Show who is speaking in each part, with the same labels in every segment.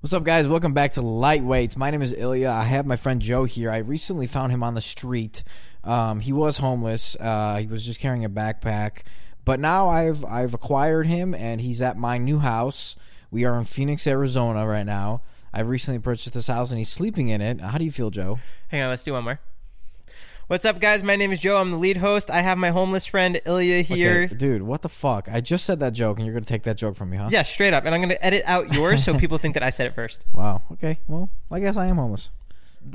Speaker 1: What's up, guys? Welcome back to Lightweights. My name is Ilya. I have my friend Joe here. I recently found him on the street. Um, he was homeless. Uh, he was just carrying a backpack, but now I've I've acquired him, and he's at my new house. We are in Phoenix, Arizona, right now. I recently purchased this house, and he's sleeping in it. How do you feel, Joe?
Speaker 2: Hang on, let's do one more. What's up, guys? My name is Joe. I'm the lead host. I have my homeless friend Ilya here.
Speaker 1: Okay, dude, what the fuck? I just said that joke, and you're gonna take that joke from me, huh?
Speaker 2: Yeah, straight up. And I'm going to edit out yours so people think that I said it first.
Speaker 1: Wow. Okay. Well, I guess I am homeless.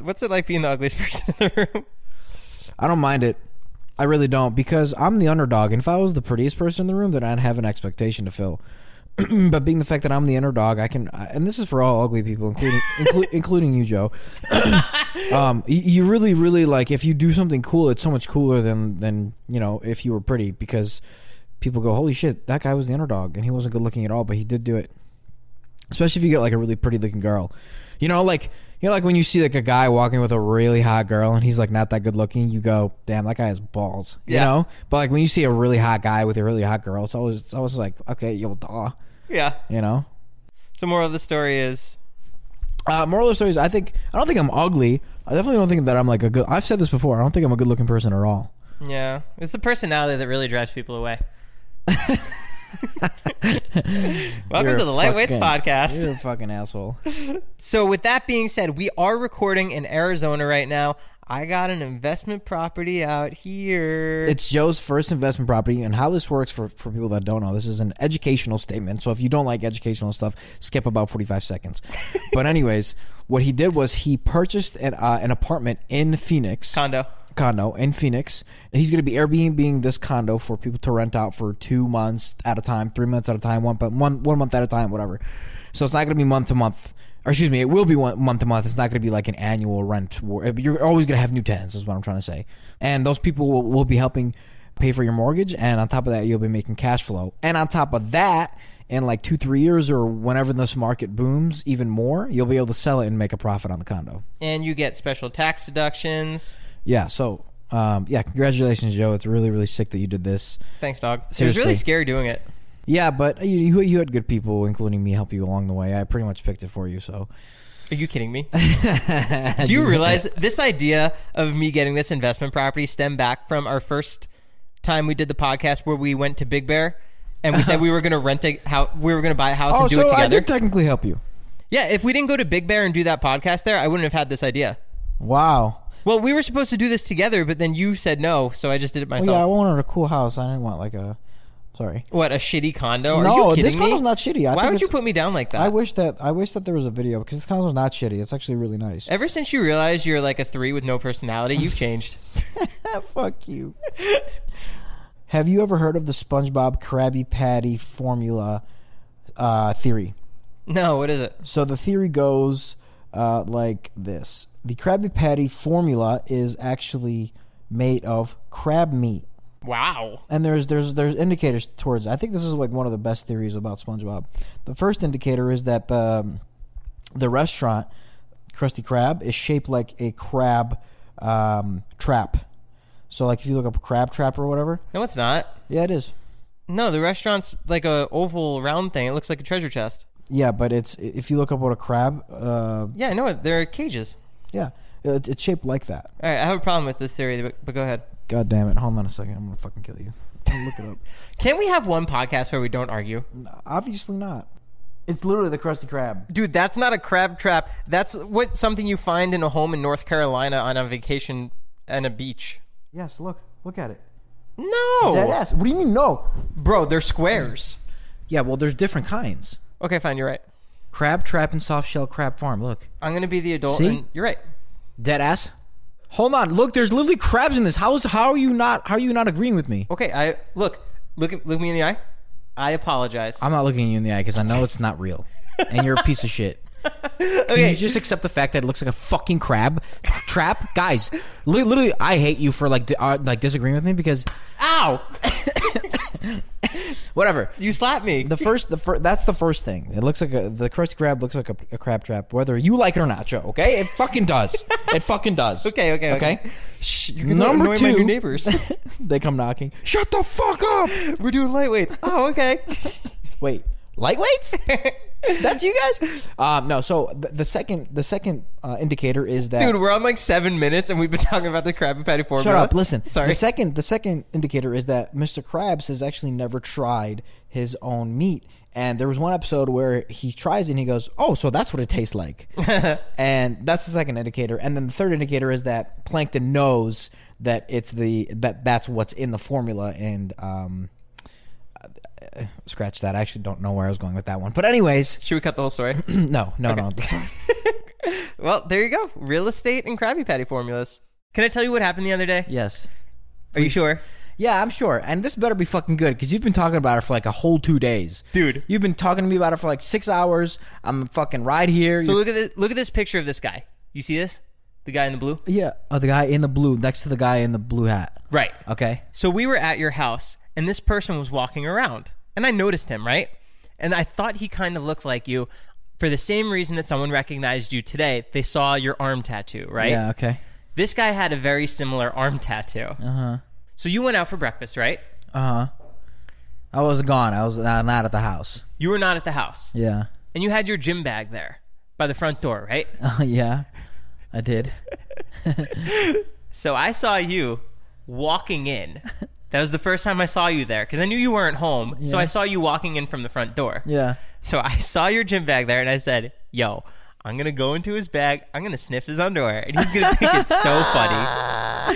Speaker 2: What's it like being the ugliest person in the room?
Speaker 1: I don't mind it. I really don't because I'm the underdog. And if I was the prettiest person in the room, then I'd have an expectation to fill. Mm, but being the fact that I'm the underdog, I can, I- and this is for all ugly people, including inclu- including you, Joe. um, you, you really, really like if you do something cool, it's so much cooler than than you know if you were pretty because people go, holy shit, that guy was the underdog and he wasn't good looking at all, but he did do it especially if you get like a really pretty looking girl. You know, like you know, like when you see like a guy walking with a really hot girl and he's like not that good looking, you go, "Damn, that guy has balls." You
Speaker 2: Yeah.
Speaker 1: know, but like when you see a really hot guy with a really hot girl, it's always it's always like, "Okay, yo, duh,"
Speaker 2: Yeah.
Speaker 1: you know.
Speaker 2: So, moral of the story is
Speaker 1: Uh, moral of the story is, I think I don't think I'm ugly. I definitely don't think that I'm like a good. I've said this before. I don't think I'm a good looking person at all.
Speaker 2: yeah, it's the personality that really drives people away. Welcome
Speaker 1: You're
Speaker 2: to
Speaker 1: a
Speaker 2: the
Speaker 1: fucking-
Speaker 2: Lightweights Podcast.
Speaker 1: You're a fucking asshole.
Speaker 2: So, with that being said, we are recording in Arizona right now. I got an investment property out here.
Speaker 1: It's Joe's first investment property, and how this works for, for people that don't know, this is an educational statement. So if you don't like educational stuff, skip about 45 seconds. but, anyways, what he did was he purchased an, uh, an apartment in Phoenix
Speaker 2: condo.
Speaker 1: condo in Phoenix. He's going to be Airbnb this condo for people to rent out for two months at a time, three months at a time, one but one one month at a time, whatever. So it's not going to be month to month. Or excuse me, it will be one month to month. It's not going to be like an annual rent. war- You're always going to have new tenants, is what I'm trying to say. And those people will, will be helping pay for your mortgage, and on top of that, you'll be making cash flow. And on top of that, in like two, three years, or whenever this market booms even more, you'll be able to sell it and make a profit on the condo.
Speaker 2: And you get special tax deductions.
Speaker 1: Yeah. So, um, yeah, congratulations, Joe. It's really, really sick that you did this.
Speaker 2: Thanks, dog. It was
Speaker 1: Seriously.
Speaker 2: really scary doing it.
Speaker 1: Yeah, but you, you, you had good people, including me, help you along the way. I pretty much picked it for you. So,
Speaker 2: Are you kidding me? Do you realize this idea of me getting this investment property stemmed back from our first time we did the podcast where we went to Big Bear and we said we were going to rent a house, we were going to buy a house
Speaker 1: oh,
Speaker 2: and do
Speaker 1: so
Speaker 2: it
Speaker 1: I
Speaker 2: together.
Speaker 1: did technically help you.
Speaker 2: yeah, if we didn't go to Big Bear and do that podcast there, I wouldn't have had this idea.
Speaker 1: Wow.
Speaker 2: Well, we were supposed to do this together, but then you said no, so I just did it
Speaker 1: Well,
Speaker 2: myself.
Speaker 1: yeah, I wanted a cool house. I didn't want like a. Sorry.
Speaker 2: what a shitty condo! Are
Speaker 1: No,
Speaker 2: you kidding
Speaker 1: this
Speaker 2: me?
Speaker 1: condo's not shitty. I
Speaker 2: Why
Speaker 1: think
Speaker 2: would you
Speaker 1: it's-
Speaker 2: put me down like that?
Speaker 1: I wish that I wish that there was a video because this condo's not shitty. It's actually really nice.
Speaker 2: Ever since you realized you're like a three with no personality, you've changed.
Speaker 1: Fuck you. Have you ever heard of the SpongeBob Krabby Patty formula uh, theory?
Speaker 2: no, what is it?
Speaker 1: So the theory goes uh, like this: the Krabby Patty formula is actually made of crab meat,
Speaker 2: Wow.
Speaker 1: and there's there's there's indicators towards. I think this is like one of the best theories about SpongeBob. The first indicator is that the the restaurant Krusty Krab is shaped like a crab um, trap. So like if you look up crab trap or whatever,
Speaker 2: No, it's not.
Speaker 1: yeah, it is.
Speaker 2: No, the restaurant's like a oval round thing. It looks like a treasure chest.
Speaker 1: Yeah, but it's if you look up what a crab, uh,
Speaker 2: Yeah, I know it. There are cages.
Speaker 1: yeah, it, it's shaped like that.
Speaker 2: All right, I have a problem with this theory, but, but go ahead.
Speaker 1: God damn it. Hold on a second. I'm going to fucking kill you. Look it up.
Speaker 2: Can't we have one podcast where we don't argue?
Speaker 1: Obviously not. It's literally the Krusty Krab.
Speaker 2: Dude, that's not a crab trap. That's what something you find in a home in North Carolina on a vacation and a beach.
Speaker 1: Yes, look. Look at it.
Speaker 2: No.
Speaker 1: Dead ass. What do you mean, no?
Speaker 2: Bro, they're squares.
Speaker 1: Yeah, well, there's different kinds.
Speaker 2: Okay, fine, you're right.
Speaker 1: Crab trap and soft shell crab farm. Look.
Speaker 2: I'm going to be the adult
Speaker 1: See?
Speaker 2: and you're right.
Speaker 1: Dead ass. Hold on. Look, there's literally crabs in this. How is how are you not how are you not agreeing with me?
Speaker 2: Okay, I look, look at- look me in the eye. I apologize.
Speaker 1: I'm not looking you in the eye because I know it's not real. And you're a piece of shit. Can you just accept the fact that it looks like a fucking crab trap, guys? li- Literally, I hate you for like di- uh, like disagreeing with me because ow, whatever.
Speaker 2: You slapped me.
Speaker 1: The first, the fir- that's the first thing. It looks like a, the crusty crab looks like a, a crab trap, whether you like it or not, Joe. Okay, it fucking does. it fucking does.
Speaker 2: okay, okay, okay.
Speaker 1: okay.
Speaker 2: Shh, you're gonna
Speaker 1: Number
Speaker 2: annoy my
Speaker 1: two.
Speaker 2: new neighbors.
Speaker 1: They come knocking. Shut the fuck up.
Speaker 2: We're doing lightweights. Oh, okay.
Speaker 1: Wait, lightweights? that's you guys? Um, no. So th- the second, the second uh, indicator is that
Speaker 2: Dude, we're on like seven minutes and we've been talking about the Krabby Patty formula.
Speaker 1: Shut up! Listen.
Speaker 2: Sorry.
Speaker 1: The second, the second indicator is that Mr. Krabs has actually never tried his own meat, and there was one episode where he tries it and he goes, "Oh, so that's what it tastes like," and that's the second indicator. And then the third indicator is that Plankton knows that it's the that that's what's in the formula, and um, uh, scratch that. I actually don't know where I was going with that one, but anyways,
Speaker 2: Should we cut the whole story?
Speaker 1: no, no, no. Sorry.
Speaker 2: well, there you go. Real estate and Krabby Patty formulas. Can I tell you what happened the other day?
Speaker 1: yes.
Speaker 2: Are you sure?
Speaker 1: Yeah, I'm sure. And this better be fucking good because you've been talking about it for like a whole two days.
Speaker 2: Dude.
Speaker 1: You've been talking to me about it for like six hours. I'm fucking right here.
Speaker 2: So
Speaker 1: You're-
Speaker 2: look at this. Look at this picture of this guy. You see this? The guy in the blue.
Speaker 1: yeah. Oh, the guy in the blue next to the guy in the blue hat.
Speaker 2: Right.
Speaker 1: Okay.
Speaker 2: So we were at your house, and this person was walking around, and I noticed him, right? And I thought he kind of looked like you, for the same reason that someone recognized you today. They saw your arm tattoo, right?
Speaker 1: Yeah, okay.
Speaker 2: This guy had a very similar arm tattoo. Uh
Speaker 1: Uh-huh.
Speaker 2: huh. So you went out for breakfast, right?
Speaker 1: Uh huh. I was gone. I was uh, not at the house.
Speaker 2: You were not at the house,
Speaker 1: Yeah.
Speaker 2: and you had your gym bag there by the front door, right?
Speaker 1: yeah. I did.
Speaker 2: So I saw you walking in. That was the first time I saw you there because I knew you weren't home. So I saw you walking in from the front door.
Speaker 1: Yeah.
Speaker 2: So I saw your gym bag there and I said, Yo, I'm going to go into his bag. I'm going to sniff his underwear. And he's going to think it's so funny.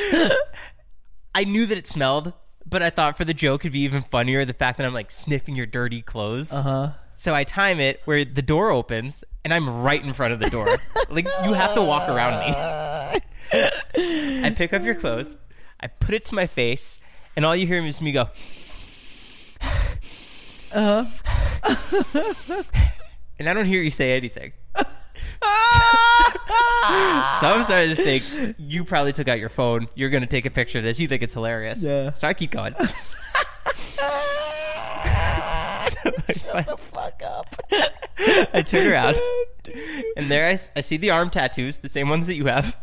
Speaker 2: I knew that it smelled, but I thought for the joke, it'd be even funnier the fact that I'm like sniffing your dirty clothes. Uh huh. So I time it where the door opens and I'm right in front of the door. like, you have to walk around me. I pick up your clothes, I put it to my face, and all you hear is me go, and I don't hear you say anything. so I'm starting to think you probably took out your phone. You're going to take a picture of this. You think it's hilarious.
Speaker 1: Yeah.
Speaker 2: So I keep going.
Speaker 1: Shut the fuck up.
Speaker 2: I turn around, and there I, s- I see the arm tattoos, the same ones that you have,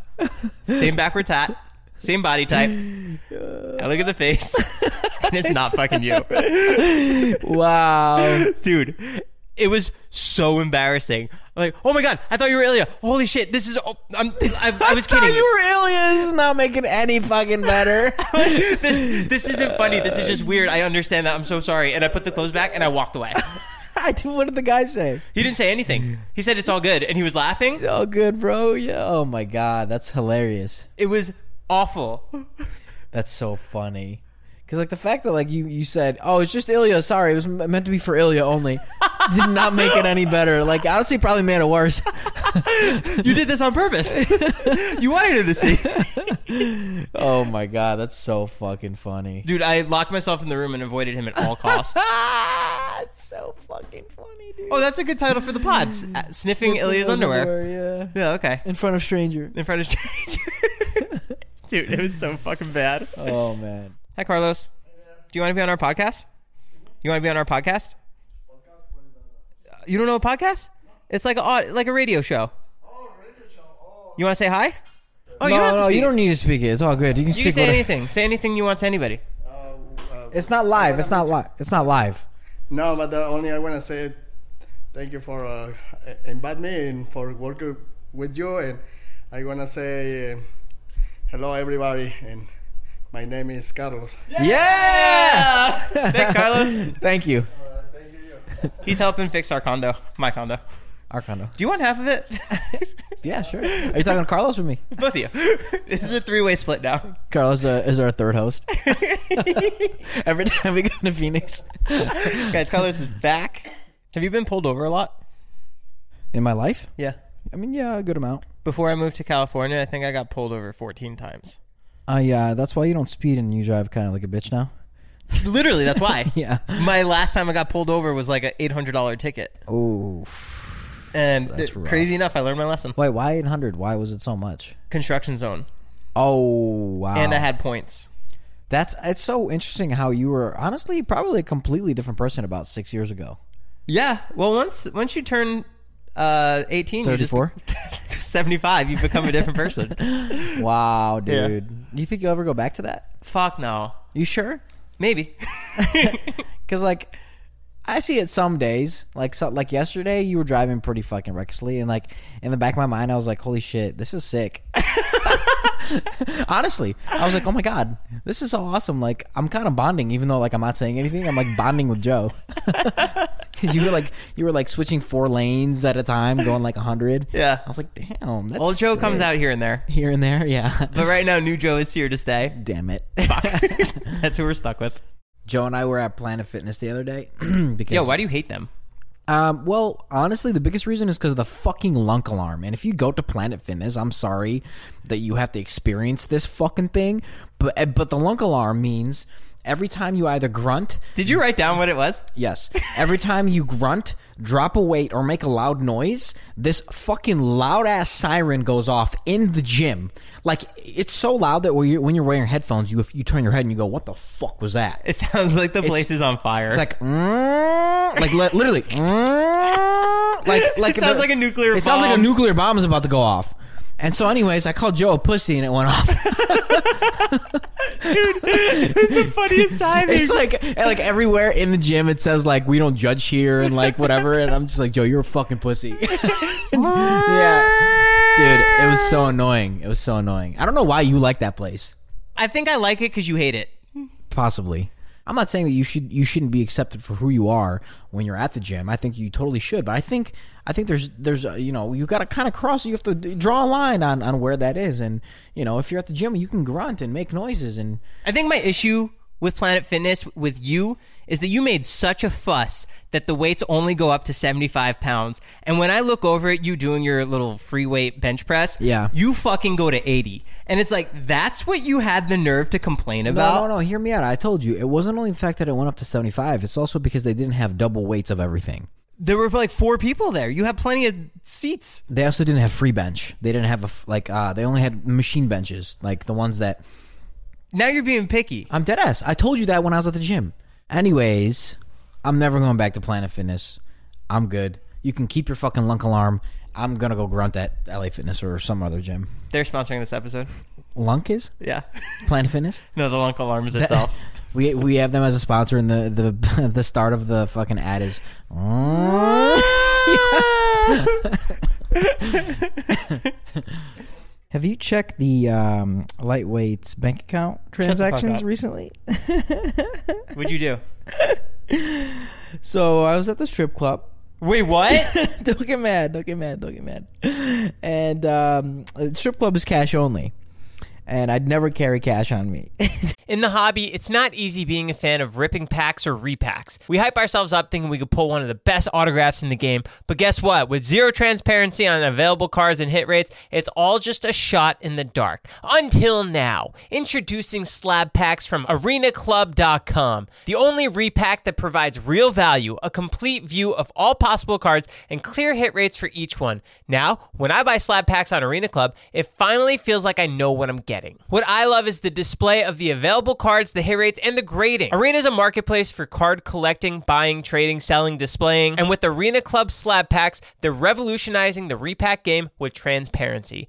Speaker 2: same backward tat, same body type. I look at the face, and it's not fucking you.
Speaker 1: Wow.
Speaker 2: dude it was so embarrassing like oh my god i thought you were ilya holy shit this is oh, I'm, I, I was kidding
Speaker 1: you were alien. This is not making any fucking better.
Speaker 2: this, this isn't funny this is just weird i understand that i'm so sorry and i put the clothes back and i walked away
Speaker 1: I did, what did the guy say?
Speaker 2: he didn't say anything he said it's all good and he was laughing
Speaker 1: Oh, good, bro. Yeah. Oh, my God. That's hilarious.
Speaker 2: it was awful
Speaker 1: That's so funny. Cause like the fact that like you you said, oh, it's just Ilya. Sorry, it was m- meant to be for Ilya only. Did not make it any better. Like honestly, probably made it worse.
Speaker 2: you did this on purpose you wanted him to see
Speaker 1: oh my god, that's so fucking funny.
Speaker 2: dude i locked myself in the room and avoided him at all costs
Speaker 1: Ah, it's so fucking funny, dude.
Speaker 2: oh that's a good title for the pod S- uh, sniffing, ilya's underwear.
Speaker 1: yeah,
Speaker 2: yeah okay
Speaker 1: in front of stranger.
Speaker 2: in front of strangers dude it was so fucking bad
Speaker 1: Oh man.
Speaker 2: Hi, Carlos. Do you want to be on our podcast? You want to be on our podcast? Uh, You don't know a podcast? It's like a au- like a radio show. You want to say hi? Oh,
Speaker 1: no,
Speaker 2: have to
Speaker 1: no,
Speaker 2: speak.
Speaker 1: you don't need to speak it. It's all good. You can
Speaker 2: You
Speaker 1: speak
Speaker 2: can say
Speaker 1: whatever-
Speaker 2: anything. Say anything you want to anybody.
Speaker 1: It's not live. It's not live. It's not live.
Speaker 3: No, but uh, only I want to say thank you for uh, invite me and for working with you. And I want to say uh, hello, everybody. And my name is Carlos.
Speaker 1: Yeah.
Speaker 2: Thanks, Carlos.
Speaker 1: Thank you.
Speaker 2: He's helping fix our condo, my condo.
Speaker 1: Arcando.
Speaker 2: Do you want half of it?
Speaker 1: Yeah, sure. Are you talking to Carlos or me?
Speaker 2: Both of you. This is a three-way split now.
Speaker 1: Carlos uh, is our third host. Every time we go to Phoenix.
Speaker 2: Guys, Carlos is back. Have you been pulled over a lot?
Speaker 1: In my life?
Speaker 2: Yeah.
Speaker 1: I mean, yeah, a good amount.
Speaker 2: Before I moved to California, I think I got pulled over 14 times.
Speaker 1: Uh, yeah, that's why you don't speed and you drive kind of like a bitch now.
Speaker 2: Literally, that's why.
Speaker 1: Yeah.
Speaker 2: My last time I got pulled over was like an eight hundred dollar ticket.
Speaker 1: Oh,
Speaker 2: And
Speaker 1: That's
Speaker 2: it-
Speaker 1: rough.
Speaker 2: crazy enough, I learned my lesson.
Speaker 1: Wait, why 800? Why was it so much?
Speaker 2: Construction zone,
Speaker 1: Oh wow!
Speaker 2: and I had points.
Speaker 1: that's it's so interesting how you were honestly probably a completely different person about six years ago.
Speaker 2: Yeah. Well, once once you turn uh, eighteen, you just-
Speaker 1: 34?
Speaker 2: seventy-five, you become a different person.
Speaker 1: Wow, dude! Do you think you'll ever go back to that?
Speaker 2: Fuck no.
Speaker 1: You sure?
Speaker 2: Maybe.
Speaker 1: Because like, I see it some days. Like so, like yesterday, you were driving pretty fucking recklessly, and like in the back of my mind, I was like, "Holy shit, this is sick." Honestly, I was like, "Oh my god, this is so awesome!" Like I'm kind of bonding, even though like I'm not saying anything. I'm like bonding with Joe. 'Cause you were like you were like switching four lanes at a time, going like hundred.
Speaker 2: Yeah.
Speaker 1: I was like, "Damn, that's
Speaker 2: Old Joe
Speaker 1: sick."
Speaker 2: comes out here and there,
Speaker 1: here and there." Yeah,
Speaker 2: but right now, new Joe is here to stay.
Speaker 1: damn it.
Speaker 2: That's who we're stuck with.
Speaker 1: Joe and I were at Planet Fitness the other day because
Speaker 2: Yo, why do you hate them?
Speaker 1: Um, well, honestly, the biggest reason is because of the fucking lunk alarm. And if you go to Planet Fitness, I'm sorry that you have to experience this fucking thing, but eh, but the lunk alarm means every time you either grunt,
Speaker 2: Did you write down what it was?
Speaker 1: yes, every time you grunt, drop a weight, or make a loud noise, this fucking loud ass siren goes off in the gym. Like it's so loud that when you're, when you're wearing headphones, you if you turn your head and you go, "What the fuck was that?"
Speaker 2: It sounds like the place is on fire.
Speaker 1: It's like, mm, like li- literally, mm, like like
Speaker 2: It sounds like a nuclear
Speaker 1: It sounds like a
Speaker 2: bomb.
Speaker 1: nuclear bomb is about to go off. And so, anyways, I called Joe a pussy, and it went off.
Speaker 2: it's the funniest timing.
Speaker 1: It's like, and like everywhere in the gym, it says like we don't judge here, and like whatever. And I'm just like, Joe, you're a fucking pussy. yeah, dude, it was so annoying. It was so annoying. I don't know why you like that place.
Speaker 2: I think I like it because you hate it.
Speaker 1: Possibly. I'm not saying that you should you shouldn't be accepted for who you are when you're at the gym. I think you totally should, but I think I think there's there's a, you know you got to kind of cross you have to d- draw a line on on where that is, and you know if you're at the gym you can grunt and make noises and
Speaker 2: I think my issue with Planet Fitness with you is that you made such a fuss that the weights only go up to 75 pounds. And when I look over at you doing your little free weight bench press,
Speaker 1: Yeah.
Speaker 2: you fucking go to 80. And it's like, that's what you had the nerve to complain about?
Speaker 1: no no no hear me out. I told you it wasn't only the fact that it went up to 75. It's also because they didn't have double weights of everything.
Speaker 2: There were like four people there. You had plenty of seats.
Speaker 1: They also didn't have free bench. They didn't have a f- like uh they only had machine benches like the ones that
Speaker 2: Now you're being picky.
Speaker 1: I'm dead ass. I told you that when I was at the gym. Anyways, I'm never going back to Planet Fitness. I'm good. You can keep your fucking lunk alarm. I'm gonna go grunt at LA Fitness or some other gym.
Speaker 2: They're sponsoring this episode.
Speaker 1: Lunk is
Speaker 2: Yeah.
Speaker 1: Planet Fitness.
Speaker 2: no, the Lunk Alarm is itself.
Speaker 1: We we have them as a sponsor, and the the the start of the fucking ad is.
Speaker 4: Have you checked the um, lightweight's bank account
Speaker 2: the fuck
Speaker 4: transactions
Speaker 2: up.
Speaker 4: recently?
Speaker 2: What'd you do?
Speaker 4: So I was at the strip club.
Speaker 2: Wait, what?
Speaker 4: don't get mad. Don't get mad. Don't get mad. And um, uh, strip club is cash only, and I'd never carry cash on me.
Speaker 2: In the hobby, it's not easy being a fan of ripping packs or repacks. We hype ourselves up thinking we could pull one of the best autographs in the game, but guess what? With zero transparency on available cards and hit rates, it's all just a shot in the dark. Until now, introducing slab packs from arenaclub.com, the only repack that provides real value, a complete view of all possible cards, and clear hit rates for each one. Now, when I buy slab packs on Arena Club, it finally feels like I know what I'm getting. What I love is the display of the available cards, the hit rates, and the grading. Arena is a marketplace for card collecting, buying, trading, selling, displaying, and with Arena Club slab packs, they're revolutionizing the repack game with transparency.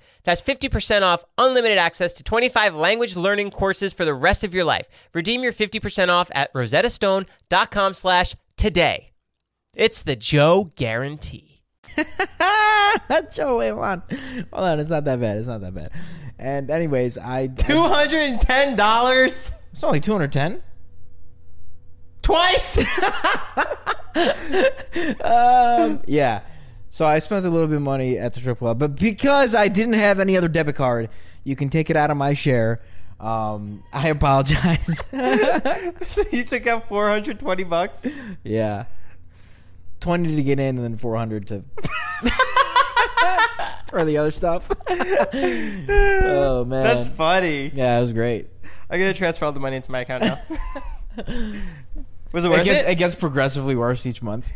Speaker 2: That's 50% off unlimited access to 25 language learning courses for the rest of your life. Redeem your 50% off at rosettastone.com slash today. It's the Joe guarantee.
Speaker 4: Joe, wait, hold on. Hold on, it's not that bad. It's not that bad. And anyways, I
Speaker 2: Two hundred and ten dollars
Speaker 4: it's only 210.
Speaker 2: twice.
Speaker 4: Yeah. So I spent a little bit of money at the strip club, but because I didn't have any other debit card, you can take it out of my share. Um, I apologize.
Speaker 2: so you took out four hundred twenty bucks.
Speaker 4: yeah. 20 to get in and then 400 to for the other stuff. oh man.
Speaker 2: That's funny.
Speaker 4: yeah, it was great.
Speaker 2: I'm gonna transfer all the money into my account now. was it worth
Speaker 4: It gets,
Speaker 2: it?
Speaker 4: it gets progressively worse each month.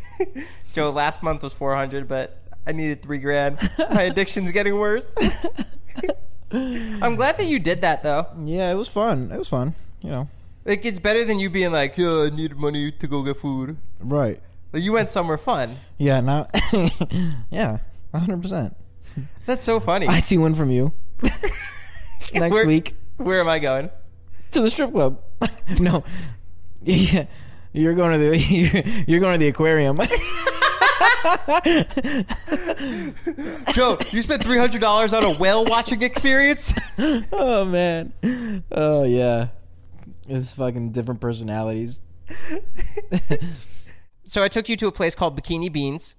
Speaker 2: Joe, last month was four hundred, but I needed three grand. My addiction's getting worse. I'm glad that you did that though.
Speaker 4: Yeah, it was fun. It was fun, you know.
Speaker 2: Like it's better than you being like, "Yeah, I need money to go get food."
Speaker 4: Right.
Speaker 2: Like you went somewhere fun.
Speaker 4: Yeah, now Yeah, 100%.
Speaker 2: That's so funny.
Speaker 4: I see one from you next
Speaker 2: We're-
Speaker 4: week
Speaker 2: Where am I going?
Speaker 4: to the strip club. no. Yeah. You're going to the you're going to the aquarium.
Speaker 2: Joe, you spent three hundred dollars on a whale watching experience.
Speaker 4: oh man. Oh yeah. It's fucking different personalities.
Speaker 2: so I took you to a place called Bikini Beans,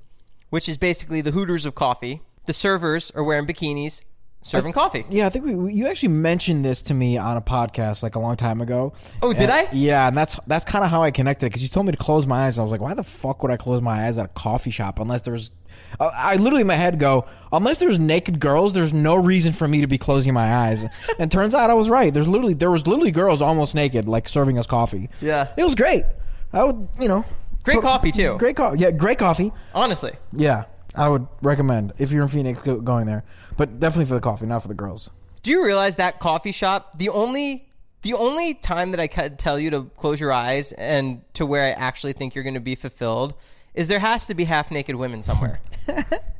Speaker 2: which is basically the Hooters of coffee. The servers are wearing bikinis, serving coffee.
Speaker 1: Yeah, I think we, we you actually mentioned this to me on a podcast like a long time ago.
Speaker 2: Oh, did
Speaker 1: And-
Speaker 2: I?
Speaker 1: Yeah, and that's that's kind of how I connected because you told me to close my eyes. And I was like, why the fuck would I close my eyes at a coffee shop unless there's? I I literally in my head go, unless there's naked girls, there's no reason for me to be closing my eyes. and turns out I was right. There's literally there was literally girls almost naked like serving us coffee.
Speaker 2: Yeah.
Speaker 1: it was great. I would you know
Speaker 2: Great coffee, too.
Speaker 1: Great coffee. Yeah, great coffee.
Speaker 2: Honestly,
Speaker 1: Yeah, I would recommend if you're in Phoenix go- going there, but definitely for the coffee, not for the girls.
Speaker 2: do you realize that coffee shop? The only the only time that I could tell you to close your eyes and to where I actually think you're going to be fulfilled is there has to be half naked women somewhere.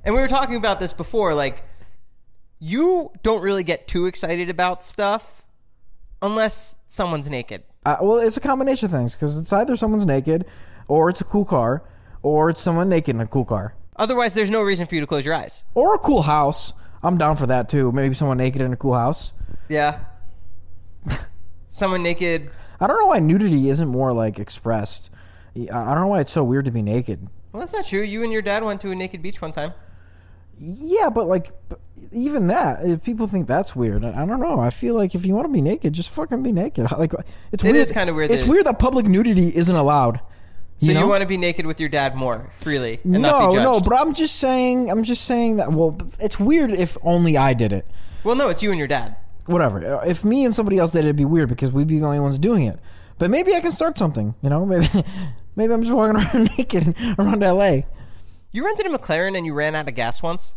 Speaker 2: and we were talking about this before. Like, you don't really get too excited about stuff unless someone's naked.
Speaker 1: Uh, well, it's a combination of things because it's either someone's naked, or it's a cool car, or it's someone naked in a cool car,
Speaker 2: Otherwise, there's no reason for you to close your eyes.
Speaker 1: or a cool house. I'm down for that too. Maybe someone naked in a cool house.
Speaker 2: Yeah. Someone naked.
Speaker 1: I don't know why nudity isn't more like expressed. I I don't know why it's so weird to be naked.
Speaker 2: Well, that's not true. You and your dad went to a naked beach one time.
Speaker 1: Yeah, but like b- even that, if people think that's weird. I I don't know. I feel like if you want to be naked, just fucking be naked. Like it's
Speaker 2: It
Speaker 1: weird.
Speaker 2: is kinda weird
Speaker 1: It's
Speaker 2: that-
Speaker 1: weird that public nudity isn't allowed.
Speaker 2: So you,
Speaker 1: know?
Speaker 2: want to be naked with your dad more freely and not
Speaker 1: no,
Speaker 2: be judged.
Speaker 1: no, but I'm just saying. I'm just saying that. Well, it's weird if only I did it.
Speaker 2: well, no, it's you and your dad.
Speaker 1: Whatever. uh, If me and somebody else did it, it'd be weird because we'd be the only ones doing it. But maybe I can start something. You know, maybe maybe I'm just walking around naked around L.A.
Speaker 2: You rented a McLaren and you ran out of gas once.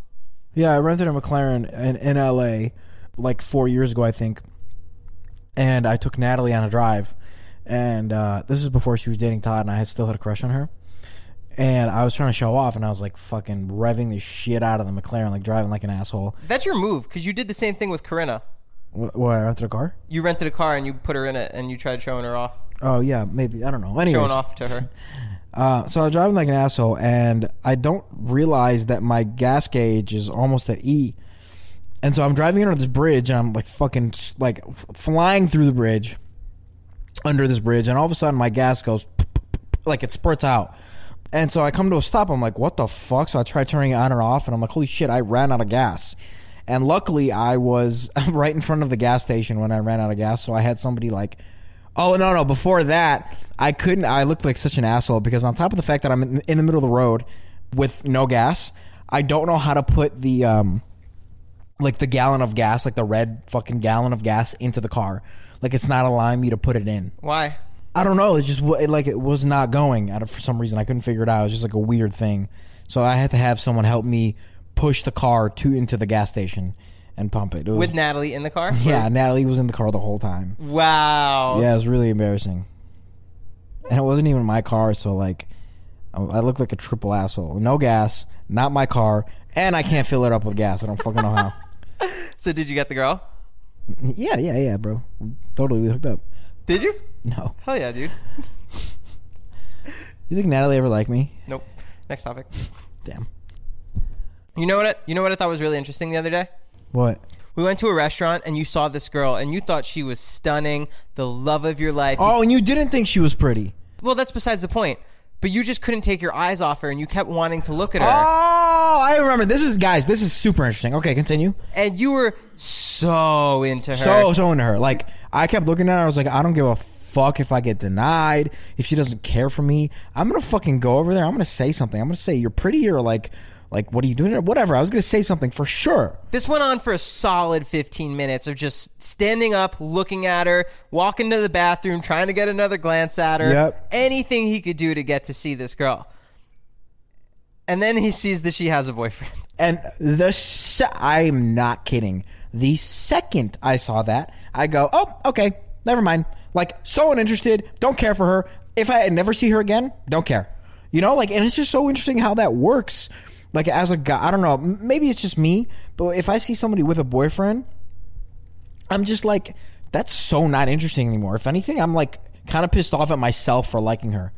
Speaker 1: Yeah, I rented a McLaren in, in L.A. like four years ago, I think, and I took Natalie on a drive. And uh, this is before she was dating Todd, and I had still had a crush on her. And I was trying to show off, and I was like fucking revving the shit out of the McLaren, like driving like an asshole.
Speaker 2: That's your move because you did the same thing with Corinna.
Speaker 1: What, what I rented a car?
Speaker 2: You rented a car and you put her in it and you tried showing her off,
Speaker 1: Oh yeah, maybe I don't know. Anyways,
Speaker 2: showing off to her.
Speaker 1: Uh, so I was driving like an asshole, and I don't realize that my gas gauge is almost at E. And so I'm driving under this bridge, and I'm like fucking like f- flying through the bridge. under this bridge, and all of a sudden my gas goes like it spurts out. And so I come to a stop. I'm like, what the fuck? So I try turning it on and off, and I'm like, holy shit, I ran out of gas. And luckily, I was right in front of the gas station when I ran out of gas. So I had somebody like, oh, no, no, before that, I couldn't. I looked like such an asshole because, on top of the fact that I'm in, in the middle of the road with no gas, I don't know how to put the, um, like the gallon of gas, like the red fucking gallon of gas into the car. Like it's not allowing me to put it in.
Speaker 2: Why?
Speaker 1: I don't know. It just wa- it, like it was not going. I don't, for some reason, I couldn't figure it out. It was just like a weird thing. So I had to have someone help me push the car to into the gas station and pump it. It was-
Speaker 2: With Natalie in the car?
Speaker 1: yeah, Natalie was in the car the whole time.
Speaker 2: Wow.
Speaker 1: Yeah, it was really embarrassing. And it wasn't even my car, so like, I, I looked like a triple asshole. No gas, not my car, and I can't fill it up with gas. I don't fucking know how.
Speaker 2: So did you get the girl?
Speaker 1: Yeah, yeah, yeah, bro. Totally, we hooked up.
Speaker 2: Did you?
Speaker 1: No,
Speaker 2: Hell yeah, dude.
Speaker 1: you think Natalie ever liked me?
Speaker 2: Nope. Next topic.
Speaker 1: Damn.
Speaker 2: You know what? I, you know what I thought was really interesting the other day.
Speaker 1: What?
Speaker 2: We went to a restaurant and you saw this girl and you thought she was stunning, the love of your life.
Speaker 1: Oh, and you didn't think she was pretty.
Speaker 2: Well, that's besides the point. But you just couldn't take your eyes off her and you kept wanting to look at her.
Speaker 1: Oh, I remember. This is guys. This is super interesting. Okay, continue.
Speaker 2: And you were so into her.
Speaker 1: So so into her. Like I kept looking at her. I was like, I don't give a fuck if I get denied. If she doesn't care for me, I'm gonna fucking go over there. I'm gonna say something. I'm gonna say you're pretty or like like what are you doing? Or whatever. I was gonna say something for sure.
Speaker 2: This went on for a solid 15 minutes of just standing up, looking at her, walking to the bathroom, trying to get another glance at her.
Speaker 1: Yep.
Speaker 2: Anything he could do to get to see this girl. And then he sees that she has a boyfriend.
Speaker 1: And the se- I'm not kidding. The second I saw that, I go, "Oh, okay, never mind." Like so uninterested, don't care for her. If I never see her again, don't care. You know, like, and it's just so interesting how that works. Like as a guy, I don't know. m- Maybe it's just me, but if I see somebody with a boyfriend, I'm just like, that's so not interesting anymore. If anything, I'm like kind of pissed off at myself for liking her.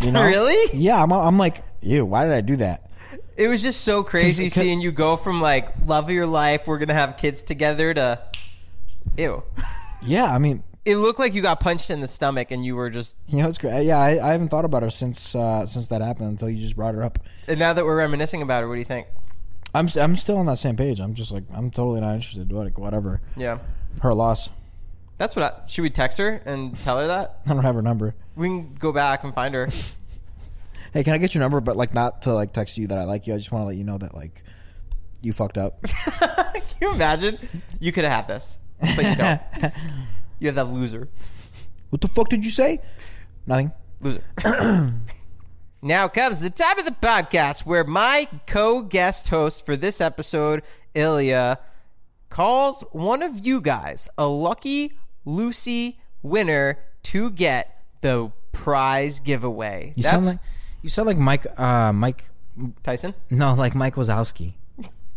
Speaker 1: You know?
Speaker 2: Really?
Speaker 1: Yeah, I'm. I'm like, ew. Why did I do that?
Speaker 2: It was just so crazy
Speaker 1: 'Cause- 'cause-
Speaker 2: seeing you go from like love of your life, we're gonna have kids together to ew.
Speaker 1: Yeah, I mean,
Speaker 2: It looked like you got punched in the stomach and you were just
Speaker 1: You know, it's great. Yeah, I, I haven't thought about her since uh, since that happened until you just brought her up.
Speaker 2: and now that we're reminiscing about it, what do you think?
Speaker 1: I'm s- I'm still on that same page. I'm just like I'm totally not interested. Like whatever,
Speaker 2: Yeah.
Speaker 1: her loss.
Speaker 2: That's what I should we text her and tell her that?
Speaker 1: I don't have her number.
Speaker 2: We can go back and find her.
Speaker 1: Hey, can I get your number? But like not to like text you that I like you. I just want to let you know that like you fucked up.
Speaker 2: Can you imagine? You could have had this, but you don't. you have that loser.
Speaker 1: what the fuck did you say? Nothing.
Speaker 2: Loser. now comes the time of the podcast where my co guest host for this episode, Ilya, calls one of you guys a lucky Lucy winner to get the prize giveaway.
Speaker 1: You sound like you sound like Mike. Uh, Mike.
Speaker 2: Tyson.
Speaker 1: No, like Mike Wazowski.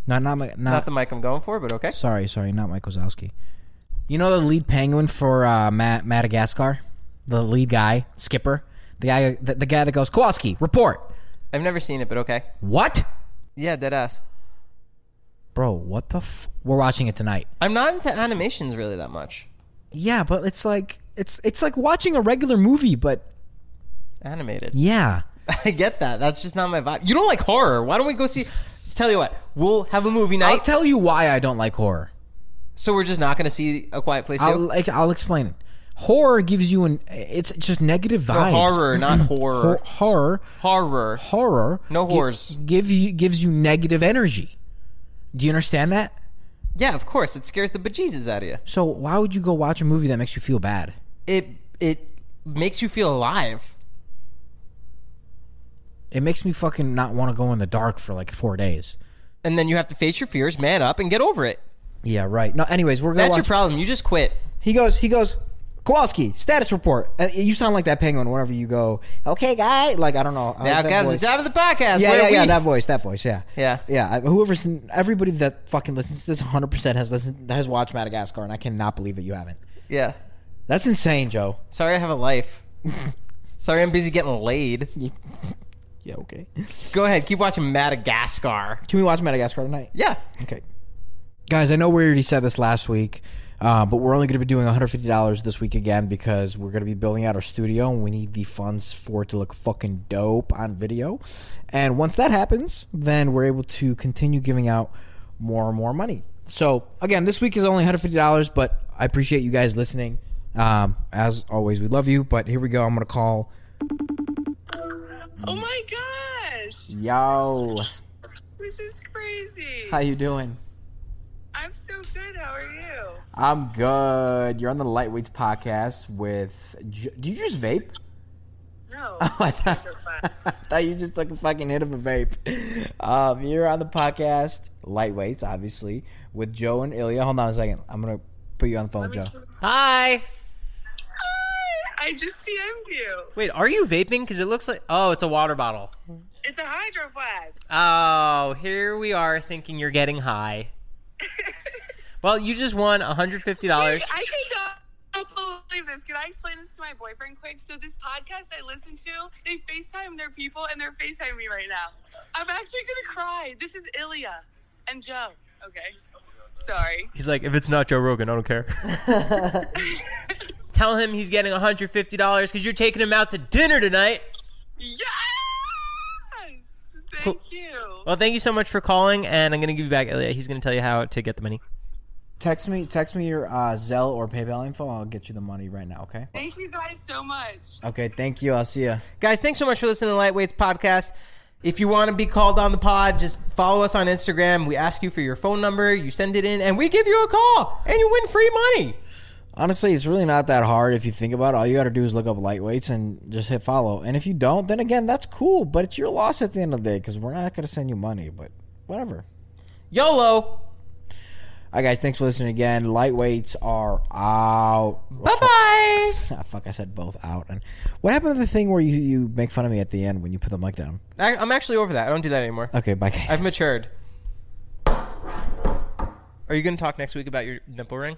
Speaker 1: No, not Mike.
Speaker 2: Not the mic I'm going for, but okay.
Speaker 1: sorry, sorry, not Mike Wazowski. You know the lead penguin for uh, Ma- Madagascar, the lead guy, skipper, the guy, the, the guy that goes Kowalski, report.
Speaker 2: I've never seen it, but okay.
Speaker 1: What,
Speaker 2: Yeah, dead ass.
Speaker 1: bro? What the? F- We're watching it tonight.
Speaker 2: I'm not into animations really that much.
Speaker 1: Yeah, but it's like it's it's like watching a regular movie, but
Speaker 2: Animated.
Speaker 1: yeah,
Speaker 2: I get that. That's just not my vibe. You don't like horror. Why don't we go see? Tell you what, we'll have a movie
Speaker 1: I'll
Speaker 2: night.
Speaker 1: tell you why I don't like horror.
Speaker 2: so we're just not going to see a Quiet Place.
Speaker 1: I'll
Speaker 2: two?
Speaker 1: like I'll explain it. Horror gives you an it's just negative vibes.
Speaker 2: horror, not horror.
Speaker 1: Hor- horror,
Speaker 2: horror.
Speaker 1: horror.
Speaker 2: No
Speaker 1: gi-
Speaker 2: whores.
Speaker 1: Give you gives you negative energy. Do you understand that?
Speaker 2: Yeah, of course. It scares the bejesus out of you.
Speaker 1: So why would you go watch a movie that makes you feel bad?
Speaker 2: It it makes you feel alive.
Speaker 1: It makes me fucking not want to go in the dark for like four days.
Speaker 2: And then you have to face your fears, man up, and get over it.
Speaker 1: Yeah, right. No, anyways, we're gonna.
Speaker 2: That's
Speaker 1: watch-
Speaker 2: your problem. You just quit.
Speaker 1: He goes. He goes. Kowalski, status report. Uh, you sound like that penguin whenever you go. Okay, guy. Like I don't know. I
Speaker 2: Now
Speaker 1: like that
Speaker 2: comes
Speaker 1: voice.
Speaker 2: the time of the podcast.
Speaker 1: Yeah,
Speaker 2: where
Speaker 1: yeah,
Speaker 2: we,
Speaker 1: yeah. That voice. That voice. Yeah.
Speaker 2: Yeah.
Speaker 1: Yeah. I- Whoever's everybody that fucking listens to this, 100 percent has listened has watched Madagascar, and I cannot believe that you haven't.
Speaker 2: yeah.
Speaker 1: That's insane, Joe.
Speaker 2: Sorry, I have a life. Sorry, I'm busy getting laid.
Speaker 1: Yeah. Okay.
Speaker 2: Go ahead, keep watching Madagascar.
Speaker 1: Can we watch Madagascar tonight?
Speaker 2: Yeah,
Speaker 1: Okay. Guys, I know we already said this last week, Uh, but we're only going to be doing $150 this week again because we're going to be building out our studio and we need the funds for it to look fucking dope on video. And once that happens, then we're able to continue giving out more and more money. So, again, this week is only $150, but I appreciate you guys listening. Um, as always, we love you. But here we go. I'm going to call.
Speaker 5: Oh my gosh!
Speaker 1: Yo,
Speaker 5: This is crazy.
Speaker 1: how you doing?
Speaker 5: I'm so good. How are you?
Speaker 1: I'm good. You're on the Lightweights podcast with. J- Do you just vape?
Speaker 5: No.
Speaker 1: Oh, I thought, I thought you just took a fucking hit of a vape. Um, you're on the podcast Lightweights, obviously, with Joe and Ilya. Hold on a second. I'm gonna put you on the phone, Joe.
Speaker 2: Hi.
Speaker 5: I just DM'd you.
Speaker 2: Wait, are you vaping? Because it looks like oh, it's a water bottle.
Speaker 5: It's a hydro flask.
Speaker 2: Oh, here we are thinking you're getting high. well, you just won $150.
Speaker 5: I can not believe this. Can I explain this to my boyfriend quick? So this podcast I listen to, they FaceTime their people and they're FaceTime me right now. I'm actually gonna cry. This is Ilya and Joe. Okay. Sorry.
Speaker 2: He's like, if it's not Joe Rogan, I don't care. Tell him he's getting $150 because you're taking him out to dinner tonight.
Speaker 5: Yes! Thank
Speaker 2: Cool.
Speaker 5: you.
Speaker 1: Oh.
Speaker 2: Well, thank you so much for calling, and I'm going to give you back Ilya. He's going to tell you how to get the money.
Speaker 1: Text me, text me your uh, Zelle or PayPal info. I'll get you the money right now. Okay.
Speaker 5: Thank you guys so much.
Speaker 1: Okay. Thank you. I'll see you.
Speaker 2: Guys, thanks so much for listening to Lightweights Podcast. If you want to be called on the pod, just follow us on Instagram. We ask you for your phone number, you send it in, and we give you a call, and you win free money.
Speaker 1: Honestly, it's really not that hard if you think about it. All you got to do is look up lightweights and just hit follow. And if you don't, then again, that's cool. But it's your loss at the end of the day because we're not going to send you money. But whatever.
Speaker 2: YOLO.
Speaker 1: All right, guys. Thanks for listening again. Lightweights are out.
Speaker 2: Bye bye.
Speaker 1: Ah, fuck, I said both out. And what happened to the thing where you, you make fun of me at the end when you put the mic down?
Speaker 2: I'm actually over that. I don't do that anymore.
Speaker 1: Okay, bye, guys.
Speaker 2: I've matured. Are you going to talk next week about your nipple ring?